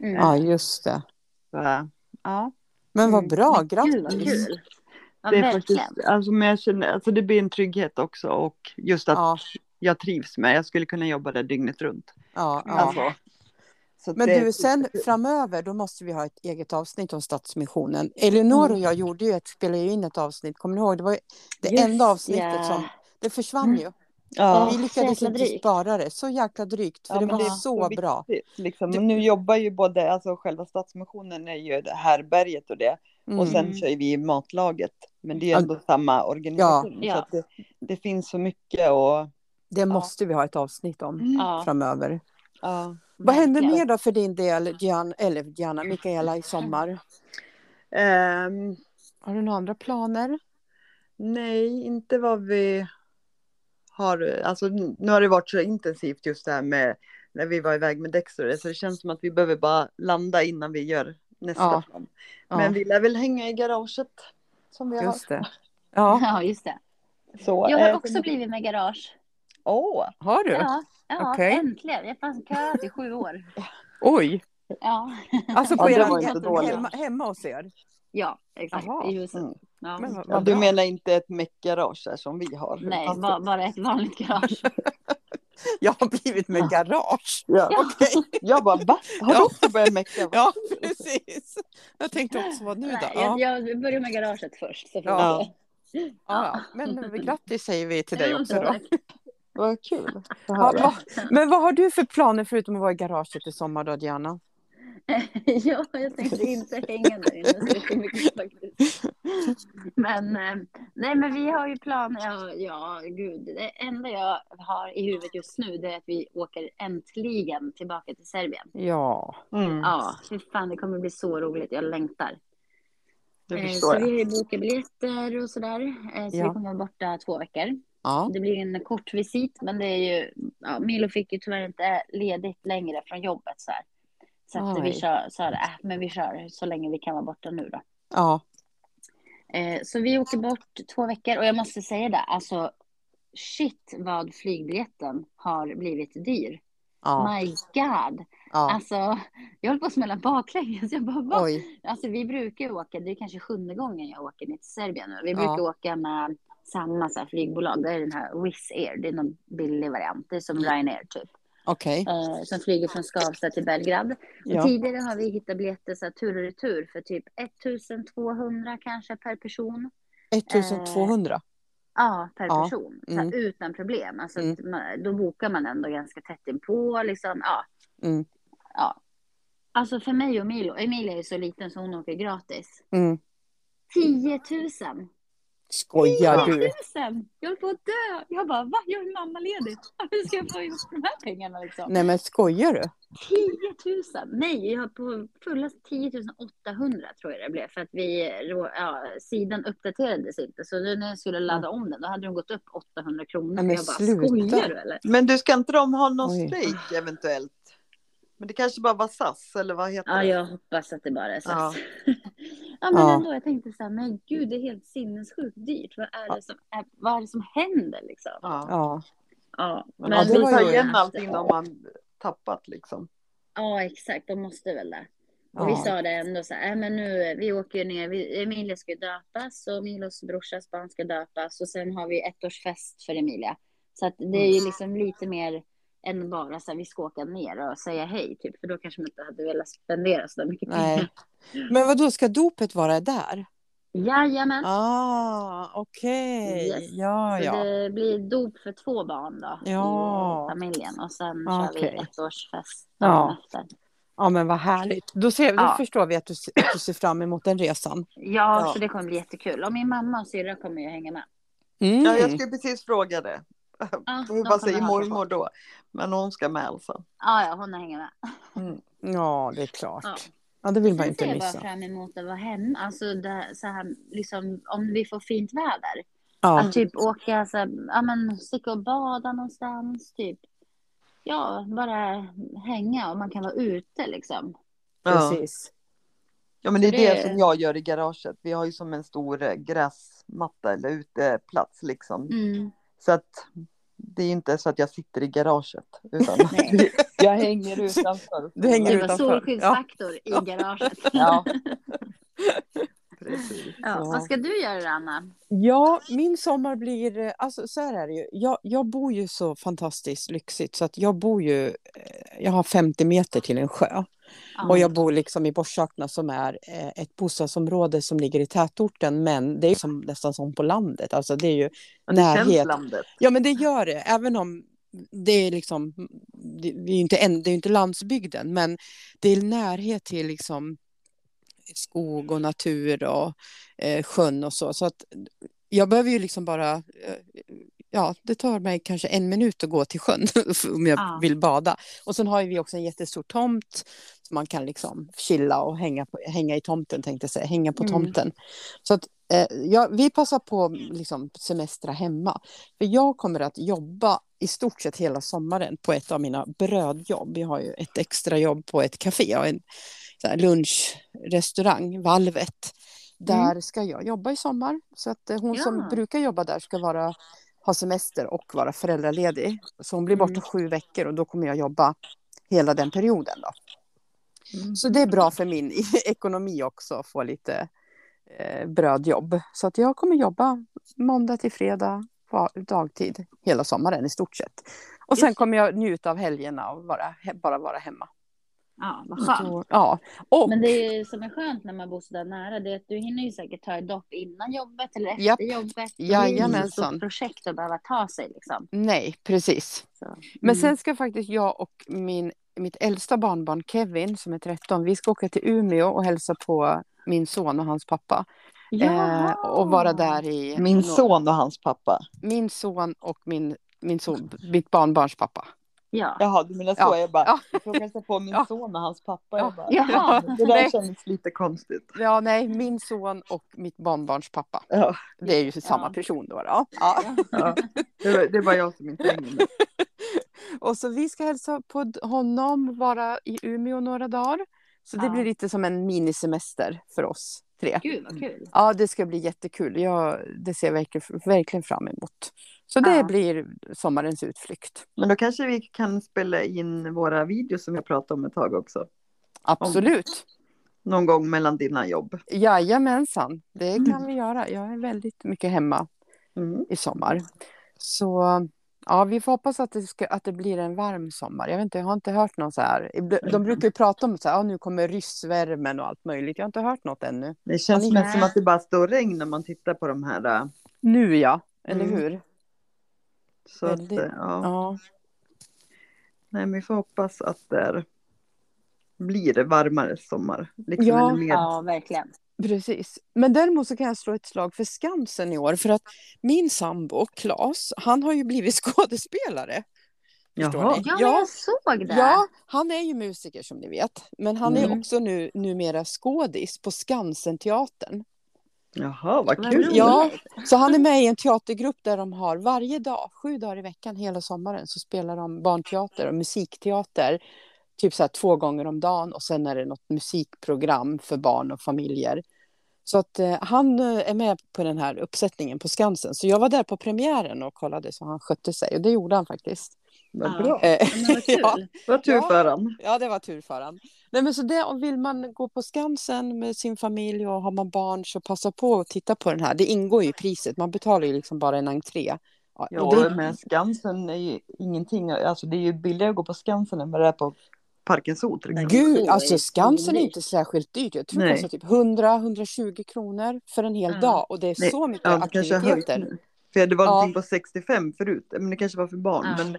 Speaker 2: Mm.
Speaker 1: ja, just det.
Speaker 3: Så, eh, ja.
Speaker 1: Men vad
Speaker 3: Mm.
Speaker 1: bra,
Speaker 2: Gud vad
Speaker 1: grattis.
Speaker 2: kul! Ja,
Speaker 3: Det är
Speaker 2: verkligen.
Speaker 3: faktiskt, alltså, men jag känner, alltså det blir en trygghet också och just att
Speaker 1: Ja,
Speaker 3: jag trivs med. Jag skulle kunna jobba där dygnet runt.
Speaker 1: ja, ja.
Speaker 3: Alltså. Så
Speaker 1: Men
Speaker 3: det är
Speaker 1: du, sen
Speaker 3: superkul.
Speaker 1: framöver, då måste vi ha ett eget avsnitt om Stadsmissionen. Elinor
Speaker 3: Mm.
Speaker 1: och jag gjorde ju ett, spelade ju in ett avsnitt, kommer ni ihåg? Det var ju det
Speaker 2: Just
Speaker 1: enda avsnittet
Speaker 2: ja.
Speaker 1: som, det försvann ju.
Speaker 3: ja,
Speaker 1: Vi
Speaker 2: Ja,
Speaker 1: lyckades
Speaker 2: jäkla
Speaker 1: inte
Speaker 2: drygt.
Speaker 1: spara det. Så jäkla drygt. För
Speaker 3: Ja,
Speaker 1: det
Speaker 3: men
Speaker 1: var
Speaker 2: det är
Speaker 1: så
Speaker 3: viktigt.
Speaker 1: bra.
Speaker 3: liksom. Men nu jobbar ju både, alltså själva Stadsmissionen är ju det härberget och det.
Speaker 1: Mm.
Speaker 3: Och sen
Speaker 2: Mm.
Speaker 3: kör vi matlaget. Men det är ju
Speaker 1: Ja.
Speaker 3: ändå samma organisation.
Speaker 2: Ja.
Speaker 3: Så att det, det finns så mycket och...
Speaker 1: det måste vi ha ett avsnitt om
Speaker 3: Mm.
Speaker 2: Ja.
Speaker 1: framöver.
Speaker 3: Ja.
Speaker 1: Vad händer
Speaker 2: Verkligen.
Speaker 1: mer då för din del, Gian, eller Gianna, Mikaela i sommar?
Speaker 3: Ehm,
Speaker 1: Har du några andra planer?
Speaker 3: nej, inte vad vi har... Alltså nu har det varit så intensivt just det här med när vi var iväg med Dexter. Så det känns som att vi behöver bara landa innan vi gör nästa
Speaker 1: Ja.
Speaker 3: plan.
Speaker 1: Ja,
Speaker 3: Men vi lär väl hänga i garaget. Som vi har.
Speaker 1: just det. Ja,
Speaker 2: Ja, just det.
Speaker 3: Så,
Speaker 2: Jag har
Speaker 3: eh,
Speaker 2: också blivit med garage.
Speaker 3: Åh,
Speaker 1: har du?
Speaker 2: Ja, ja
Speaker 1: Okej.
Speaker 2: äntligen. Jag fanns köat i sju år.
Speaker 1: Oj!
Speaker 2: Ja,
Speaker 1: Alltså
Speaker 3: Ja,
Speaker 1: på
Speaker 3: det
Speaker 1: era
Speaker 3: var inte
Speaker 1: egentligen
Speaker 3: dåligt.
Speaker 1: hemma, hemma hos er?
Speaker 2: ja exakt.
Speaker 1: Jaha.
Speaker 2: I huset.
Speaker 3: Mm.
Speaker 2: Ja.
Speaker 1: Men vad-
Speaker 3: ja,
Speaker 1: vad
Speaker 3: du
Speaker 1: bra.
Speaker 3: menar inte ett meckgarage här som vi har?
Speaker 2: Nej,
Speaker 3: Fast-
Speaker 2: ba, bara ett vanligt garage.
Speaker 1: Jag har blivit med
Speaker 3: Ja.
Speaker 1: garage.
Speaker 3: Ja.
Speaker 1: Okej,
Speaker 3: Jag bara, va? Har du
Speaker 1: Ja.
Speaker 3: också börjat mecka?
Speaker 1: ja precis. Jag tänkte också vad nu
Speaker 2: Nej,
Speaker 1: då? Ja,
Speaker 2: jag, jag börjar med garaget först. Så får
Speaker 1: Ja.
Speaker 2: vi se.
Speaker 1: ja. Men grattis säger vi till dig
Speaker 2: Ja,
Speaker 1: också då.
Speaker 2: tack.
Speaker 3: Vad kul att
Speaker 1: Ja,
Speaker 3: höra.
Speaker 1: vad- men vad har du för planer förutom att vara i garaget i sommar då, Diana?
Speaker 2: ja, jag tänkte inte hänga där inne så det är mycket faktiskt. Men, eh, nej, men vi har ju planer. Ja, ja, gud. Det enda jag har i huvudet just nu det är att vi åker äntligen tillbaka till Serbien.
Speaker 1: Ja.
Speaker 3: Mm,
Speaker 2: Ja, fy fan, det kommer bli så roligt. Jag längtar.
Speaker 3: det
Speaker 2: Eh,
Speaker 3: förstår
Speaker 2: Så vi
Speaker 3: jag.
Speaker 2: har ju bokat biljetter och sådär. Eh, Så
Speaker 1: Ja.
Speaker 2: vi kommer vara borta två veckor.
Speaker 1: Ja.
Speaker 2: Det blir en kort visit, men det är ju... Ja, Milo fick ju tyvärr inte ledigt längre från jobbet. Så, här. så att vi
Speaker 1: Aj.
Speaker 2: kör, sa det, äh, men vi kör så länge vi kan vara borta nu då.
Speaker 1: ja.
Speaker 2: Eh, Så vi åker bort två veckor och jag måste säga det, alltså shit vad flygbiljetten har blivit dyr.
Speaker 1: ja.
Speaker 2: My God!
Speaker 1: ja.
Speaker 2: Alltså, jag höll på att smälla baklänges. Jag bara, "Va?"
Speaker 1: Oj.
Speaker 2: Alltså vi brukar ju åka, det är kanske sjunde gången jag åker ner till Serbien nu. Vi brukar åka med samma så här, flygbolag. Det är den här Wizz Air, det är någon billig variant. Det är som Ryanair typ.
Speaker 1: Okej.
Speaker 2: Eh, som flyger från Skavsta till Belgrad. Och
Speaker 1: Ja.
Speaker 2: Tidigare har vi hittat biljetter så här, tur och retur för typ 1200 kanske per person.
Speaker 1: 1200.
Speaker 2: Ja, per
Speaker 1: Ja,
Speaker 2: person. Så här,
Speaker 1: mm.
Speaker 2: Utan problem. Alltså,
Speaker 1: Mm.
Speaker 2: att man, då bokar man ändå ganska tätt inpå. Liksom. Ja.
Speaker 1: Mm.
Speaker 2: Ja. Alltså för mig och Milo, Emilia är ju så liten så hon åker gratis.
Speaker 1: Mm.
Speaker 2: 10 000!
Speaker 1: Skojar
Speaker 2: 10
Speaker 1: du?
Speaker 2: 000! Jag höll på att dö! Jag bara, va? Jag är mammaledig. Hur ska jag få ihop de här pengarna liksom?
Speaker 1: Nej men skojar du?
Speaker 2: 10 000! Nej, jag har på fullast 10 800 tror jag det blev. För att vi, rå- ja, sidan uppdaterades inte. Så nu när jag skulle ladda om den, då hade den gått upp 800 kronor.
Speaker 1: Nej, men
Speaker 2: jag bara,
Speaker 1: sluta.
Speaker 2: skojar du eller?
Speaker 3: Men du ska inte de ha någon
Speaker 1: Oj.
Speaker 3: strejk eventuellt? Men det kanske bara var SAS eller vad heter
Speaker 2: Ja,
Speaker 3: det?
Speaker 2: jag hoppas att det bara är så.
Speaker 3: Ja.
Speaker 2: Ja, men
Speaker 1: Ja.
Speaker 2: ändå, jag tänkte så här, men gud, det är helt sinnessjukt dyrt. Vad är det som, är, vad är det som händer liksom?
Speaker 3: Ja.
Speaker 1: Ja.
Speaker 2: Ja,
Speaker 3: Men
Speaker 1: Ja,
Speaker 3: ja,
Speaker 1: det
Speaker 3: vi
Speaker 1: var
Speaker 3: tar
Speaker 1: ju-
Speaker 3: igen allting de har tappat liksom.
Speaker 2: Ja, exakt, de måste väl det. Och vi
Speaker 1: ja.
Speaker 2: sa det ändå så här, äh, men nu, vi åker ju ner, vi, Emilia ska ju döpas och Milos brorsas barn ska döpas och sen har vi ettårsfest för Emilia. Så att det är ju liksom lite mer än bara så här, vi ska åka ner och säga hej typ, för då kanske man inte hade velat spendera så där mycket
Speaker 1: Nej.
Speaker 2: pengar.
Speaker 1: Men vad då ska dopet vara där?
Speaker 2: Jajamän.
Speaker 1: Ah, okej.
Speaker 2: Mm. Yes.
Speaker 1: Ja,
Speaker 2: Så
Speaker 1: ja.
Speaker 2: det blir dop för två barn då
Speaker 1: Ja.
Speaker 2: i familjen och sen
Speaker 1: Ja,
Speaker 2: kör
Speaker 1: okej.
Speaker 2: vi ettårsfest
Speaker 1: Ja.
Speaker 2: dagen efter.
Speaker 1: Ja, men vad härligt. Då, ser, då
Speaker 2: Ja.
Speaker 1: förstår vi att du, se- att du ser fram emot den resan.
Speaker 2: Ja,
Speaker 3: Ja.
Speaker 2: så det kommer bli jättekul. Och min mamma och syrra kommer ju hänga med.
Speaker 1: Mm.
Speaker 3: Ja, jag skulle precis fråga det.
Speaker 2: Ja,
Speaker 3: Vi
Speaker 2: de
Speaker 3: bara
Speaker 2: kommer
Speaker 3: säger
Speaker 2: ha så.
Speaker 3: mormor då. Men hon ska med alltså.
Speaker 2: Ja, ja, hon hänger med.
Speaker 1: Ja, det är klart.
Speaker 2: Ja.
Speaker 1: Ja, det vill man
Speaker 2: Sen
Speaker 1: inte
Speaker 2: ser jag bara
Speaker 1: missa.
Speaker 2: fram emot att vara hemma. Alltså det, så här, liksom, om vi får fint väder.
Speaker 1: Ja.
Speaker 2: Att typ åka, så här, ja men sticka och bada någonstans. Typ. Ja, bara hänga och man kan vara ute liksom.
Speaker 3: Ja.
Speaker 1: Precis.
Speaker 3: ja, men det är
Speaker 2: Det-
Speaker 3: det som jag gör i garaget. Vi har ju som en stor eh, gräsmatta eller uteplats liksom.
Speaker 2: Mm.
Speaker 3: Så att det är inte så att jag sitter i garaget. Utan
Speaker 2: Nej.
Speaker 3: jag hänger utanför.
Speaker 1: Du hänger
Speaker 2: Det var
Speaker 1: utanför.
Speaker 2: solskyddsfaktor i garaget.
Speaker 3: Ja. Precis.
Speaker 2: Ja,
Speaker 1: Ja.
Speaker 2: Vad ska du göra Anna?
Speaker 1: Ja, min sommar blir... eh, Alltså, så här är det ju. Jag, jag bor ju så fantastiskt lyxigt så att jag bor ju... eh, Jag har 50 meter till en sjö.
Speaker 2: Ja.
Speaker 1: Och jag bor liksom i Borssakna som är eh, ett bostadsområde som ligger i tätorten men det är ju som, nästan som på landet. Alltså det är ju
Speaker 3: Men det känns
Speaker 1: Närhet.
Speaker 3: landet.
Speaker 1: Ja, men det gör det. Även om det är liksom, det det är ju inte, en, det är ju inte landsbygden, men det är närhet till liksom skog och natur och eh, sjön och så. Så att jag behöver ju liksom bara, eh, ja, det tar mig kanske en minut att gå till sjön om jag
Speaker 2: Ja.
Speaker 1: vill bada. Och sen har ju vi också en jättestor tomt så man kan liksom chilla och hänga, på, hänga i tomten, tänkte jag säga, hänga på
Speaker 2: Mm.
Speaker 1: tomten. Så att eh, ja, vi passar på liksom semestra hemma. För jag kommer att jobba i stort sett hela sommaren på ett av mina brödjobb. Jag har ju ett extra jobb på ett café och en så här, lunchrestaurang, Valvet. Där ska jag jobba i sommar. Så att eh, hon som
Speaker 2: Mm. Ja.
Speaker 1: brukar jobba där ska vara, ha semester och vara föräldraledig. Så hon blir borta
Speaker 2: Mm.
Speaker 1: sju veckor och då kommer jag jobba hela den perioden. Då.
Speaker 3: Mm.
Speaker 1: Så det är bra för min ekonomi också att få lite eh, brödjobb. Så att jag kommer jobba måndag till fredag på dagtid hela sommaren i stort sett. Och sen
Speaker 2: Just det.
Speaker 1: kommer jag njuta av helgerna och vara, he- bara vara hemma.
Speaker 2: Ja, vad skönt.
Speaker 1: Så, ja. Och
Speaker 2: Men det är ju som är skönt när man bor så där nära det är att du hinner ju säkert ta ett dopp innan jobbet eller efter
Speaker 1: Japp.
Speaker 2: jobbet. Det är ju
Speaker 1: Jajamensan.
Speaker 2: ett projekt att behöva ta sig liksom.
Speaker 1: nej, precis.
Speaker 2: Så. Mm.
Speaker 1: Men sen ska faktiskt jag och min, mitt äldsta barnbarn Kevin som är 13, vi ska åka till Umeå och hälsa på min son och hans pappa.
Speaker 2: Jaha.
Speaker 1: Eh, och vara där i...
Speaker 3: Min son och hans pappa.
Speaker 1: Min son och min, min son, mitt barnbarns pappa.
Speaker 2: Ja.
Speaker 3: Jaha, du menar så?
Speaker 1: Ja.
Speaker 3: Jag bara,
Speaker 1: Ja.
Speaker 3: jag får hälsa på min
Speaker 1: Ja.
Speaker 3: son och hans
Speaker 1: Ja.
Speaker 3: pappa. Jag bara,
Speaker 2: Jaha.
Speaker 3: Det där
Speaker 1: Nej.
Speaker 3: kändes lite konstigt.
Speaker 1: Ja, nej, min son och mitt barnbarns pappa.
Speaker 3: Ja.
Speaker 1: Det är ju samma
Speaker 2: Ja.
Speaker 1: person då. då.
Speaker 3: Ja, det, var, det var jag som inte hängde med.
Speaker 1: Och så vi ska hälsa på d- honom, vara i Umeå några dagar. Så det
Speaker 2: Ja.
Speaker 1: blir lite som en minisemester för oss tre.
Speaker 2: Gud vad kul.
Speaker 1: Ja, det ska bli jättekul. Jag, det ser jag verkligen, verkligen fram emot. Så det
Speaker 2: Ja.
Speaker 1: blir sommarens utflykt.
Speaker 3: Men då kanske vi kan spela in våra videos som jag pratade om ett tag också.
Speaker 1: Absolut.
Speaker 3: Någon gång mellan dina jobb.
Speaker 1: Jajamensan, det kan
Speaker 2: Mm.
Speaker 1: vi göra. Jag är väldigt mycket hemma
Speaker 3: Mm.
Speaker 1: i sommar. Så ja, vi får hoppas att det, ska, att det blir en varm sommar. Jag, vet inte, jag har inte hört någon så här. De brukar ju prata om så här, ah, nu kommer ryssvärmen och allt möjligt. Jag har inte hört något ännu.
Speaker 3: Det känns
Speaker 1: Ja,
Speaker 3: mest som
Speaker 2: nej.
Speaker 3: att det bara står regn när man tittar på de här. äh,
Speaker 1: Nu ja, eller
Speaker 3: Mm.
Speaker 1: hur?
Speaker 3: Så att,
Speaker 1: Väldigt.
Speaker 3: äh, ja.
Speaker 1: Ja.
Speaker 3: Nej, men vi får hoppas att det är blir det varmare sommar. Liksom,
Speaker 1: Ja.
Speaker 3: eller mer.
Speaker 2: Ja, verkligen.
Speaker 1: Precis. Men däremot så kan jag slå ett slag för Skansen i år. För att min sambo, Claes, han har ju blivit skådespelare. Förstår
Speaker 3: Jaha.
Speaker 1: ni?
Speaker 2: Ja, men
Speaker 1: Ja.
Speaker 2: jag såg det.
Speaker 1: Ja, han är ju musiker som ni vet. Men han är
Speaker 3: Mm.
Speaker 1: också nu, numera skådis på Skansen-teatern.
Speaker 3: Jaha, vad
Speaker 2: Vad
Speaker 3: kul.
Speaker 2: roligt.
Speaker 1: Ja, så han är med i en teatergrupp där de har varje dag, sju dagar i veckan hela sommaren så spelar de barnteater och musikteater. Typ så här två gånger om dagen och sen är det något musikprogram för barn och familjer. Så att eh, han eh, är med på den här uppsättningen på Skansen. Så jag var där på premiären och kollade så han skötte sig och det gjorde han faktiskt.
Speaker 3: Vad
Speaker 2: Ja.
Speaker 3: bra.
Speaker 1: Eh,
Speaker 2: Men vad kul.
Speaker 1: Ja.
Speaker 3: Vad tur
Speaker 1: Ja.
Speaker 3: för han.
Speaker 1: Ja, det var tur för han. Nej, men så det, om vill man gå på Skansen med sin familj och har man barn så passa på att titta på den här. Det ingår ju i priset, man betalar ju liksom bara en entré. Ja,
Speaker 3: Ja,
Speaker 1: det,
Speaker 3: men Skansen är ju ingenting. Alltså det är ju billigare att gå på Skansen än vad det är på Parkens Ot. till exempel.
Speaker 1: Gud,
Speaker 2: Oj,
Speaker 1: alltså Skansen är
Speaker 2: dyrt.
Speaker 1: inte särskilt dyrt. Jag tror
Speaker 3: Nej. Mm.
Speaker 1: det kostar typ 100-120 kronor för en hel
Speaker 2: Ja.
Speaker 1: dag och det är
Speaker 3: Nej,
Speaker 1: så mycket
Speaker 3: Ja, det kanske har höjt
Speaker 1: aktiviteter.
Speaker 3: nu. För det var
Speaker 1: Ja.
Speaker 3: någonting på 65 förut. Men det kanske var för barn.
Speaker 2: Ja.
Speaker 3: Men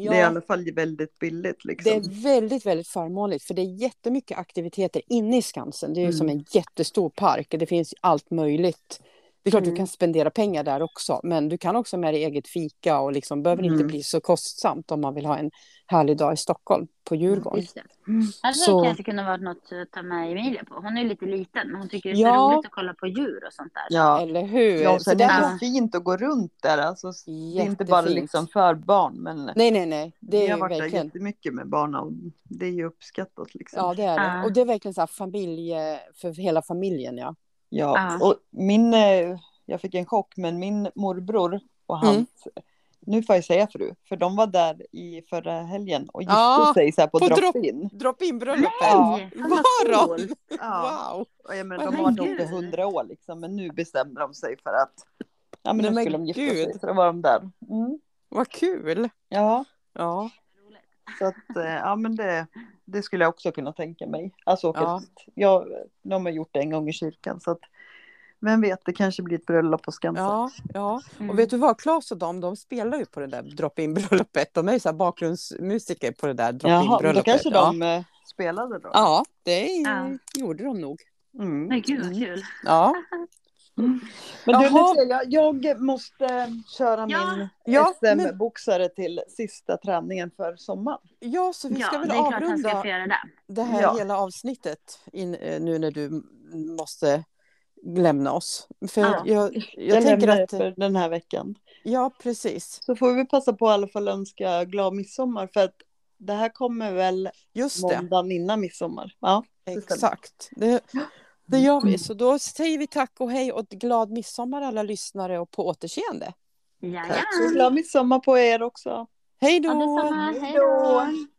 Speaker 1: Ja,
Speaker 3: det är i alla fall väldigt billigt liksom.
Speaker 1: det är väldigt, väldigt förmånligt för det är jättemycket aktiviteter inne i Skansen. Det är ju
Speaker 3: Mm.
Speaker 1: som en jättestor park och det finns allt möjligt. Det är klart
Speaker 2: Mm.
Speaker 1: du kan spendera pengar där också, men du kan också med dig eget fika och liksom behöver inte
Speaker 3: Mm.
Speaker 1: bli så kostsamt om man vill ha en härlig dag i Stockholm på Djurgården.
Speaker 2: Just det.
Speaker 3: Mm.
Speaker 2: Alltså,
Speaker 1: Så-
Speaker 2: Det kanske kunde varit något att ta med Emilia på. Hon är ju lite liten, men hon tycker det är
Speaker 1: Ja.
Speaker 2: så roligt att kolla på djur och sånt där.
Speaker 3: Ja.
Speaker 1: Eller hur?
Speaker 3: Ja, och
Speaker 1: så
Speaker 3: sen
Speaker 1: det
Speaker 3: är
Speaker 1: var
Speaker 3: det fint att gå runt där. Alltså, det är inte bara
Speaker 1: jättefint.
Speaker 3: liksom för barn. Men
Speaker 1: Nej, nej, nej. Det
Speaker 3: vi
Speaker 1: är
Speaker 3: har
Speaker 1: ju
Speaker 3: varit där
Speaker 1: verkligen...
Speaker 3: jättemycket med barn och det är ju uppskattat. Liksom.
Speaker 1: Ja, det är det.
Speaker 2: Ja.
Speaker 1: Och det är verkligen så här familje... för hela familjen, ja.
Speaker 3: Ja,
Speaker 2: Ja.
Speaker 3: och min, eh, jag fick en chock, men min morbror och
Speaker 1: Mm.
Speaker 3: hans, nu får jag säga fru, för de var där i förra helgen och gifte
Speaker 1: Ja,
Speaker 3: sig så här på,
Speaker 1: på drop-
Speaker 3: drop-in.
Speaker 1: Drop in-bröllopet!
Speaker 3: Ja.
Speaker 2: Nej, fan, vad
Speaker 1: Var de?
Speaker 2: kul.
Speaker 3: Ja,
Speaker 1: Wow!
Speaker 3: och jag menar,
Speaker 1: Vad
Speaker 3: de har varit
Speaker 2: kul.
Speaker 3: ihop i hundra år liksom, men nu bestämde de sig för att, ja men
Speaker 1: Nej,
Speaker 3: nu
Speaker 1: men
Speaker 3: skulle de gifta sig,
Speaker 1: gud.
Speaker 3: så då var de där. Mm.
Speaker 1: Vad kul!
Speaker 3: Ja,
Speaker 1: Ja,
Speaker 2: Roligt.
Speaker 3: så att, eh, ja men det, det skulle jag också kunna tänka mig. Alltså åka
Speaker 1: Ja.
Speaker 3: dit. Jag, de har gjort det en gång i kyrkan, så att, vem vet, det kanske blir ett bröllop på Skansen.
Speaker 1: ja, ja.
Speaker 2: Mm.
Speaker 1: Och vet du vad, Claes och de, de spelar ju på det där drop-in bröllopet. De är ju så här bakgrundsmusiker på det där drop-in
Speaker 3: Jaha, men då
Speaker 1: bröllopet.
Speaker 3: kanske
Speaker 1: ja.
Speaker 3: de eh, spelade då.
Speaker 1: ja, det är-
Speaker 2: Ja.
Speaker 1: gjorde de nog.
Speaker 3: Mm.
Speaker 2: Men gud vad kul.
Speaker 1: Ja,
Speaker 3: Men du,
Speaker 1: Jaha.
Speaker 3: Lucia, jag, jag måste eh, köra
Speaker 2: Ja.
Speaker 3: min eh,
Speaker 1: ja, men,
Speaker 3: SM-boxare till sista träningen för sommaren.
Speaker 1: ja så vi ska
Speaker 2: Ja,
Speaker 1: väl
Speaker 2: det är klart han
Speaker 1: avrunda
Speaker 2: ska få göra det.
Speaker 1: det här
Speaker 3: Ja.
Speaker 1: hela avsnittet in, eh, nu när du m- måste lämna oss. För
Speaker 2: Ja.
Speaker 1: jag, jag,
Speaker 3: Jag,
Speaker 1: tänker
Speaker 3: lämnar
Speaker 1: att,
Speaker 3: för den här veckan.
Speaker 1: ja precis,
Speaker 3: Så får vi passa på i alla fall att önska glad midsommar för att det här kommer väl
Speaker 1: just det,
Speaker 3: måndagen innan midsommar. Ja, stämmer.
Speaker 1: exakt. Det, det gör vi, så då säger vi tack och hej och glad midsommar alla lyssnare och på återseende.
Speaker 2: Ja,
Speaker 3: så glad midsommar på er också.
Speaker 1: Hej då!
Speaker 2: Ja, detsamma. Hej
Speaker 3: Hej då.
Speaker 2: då.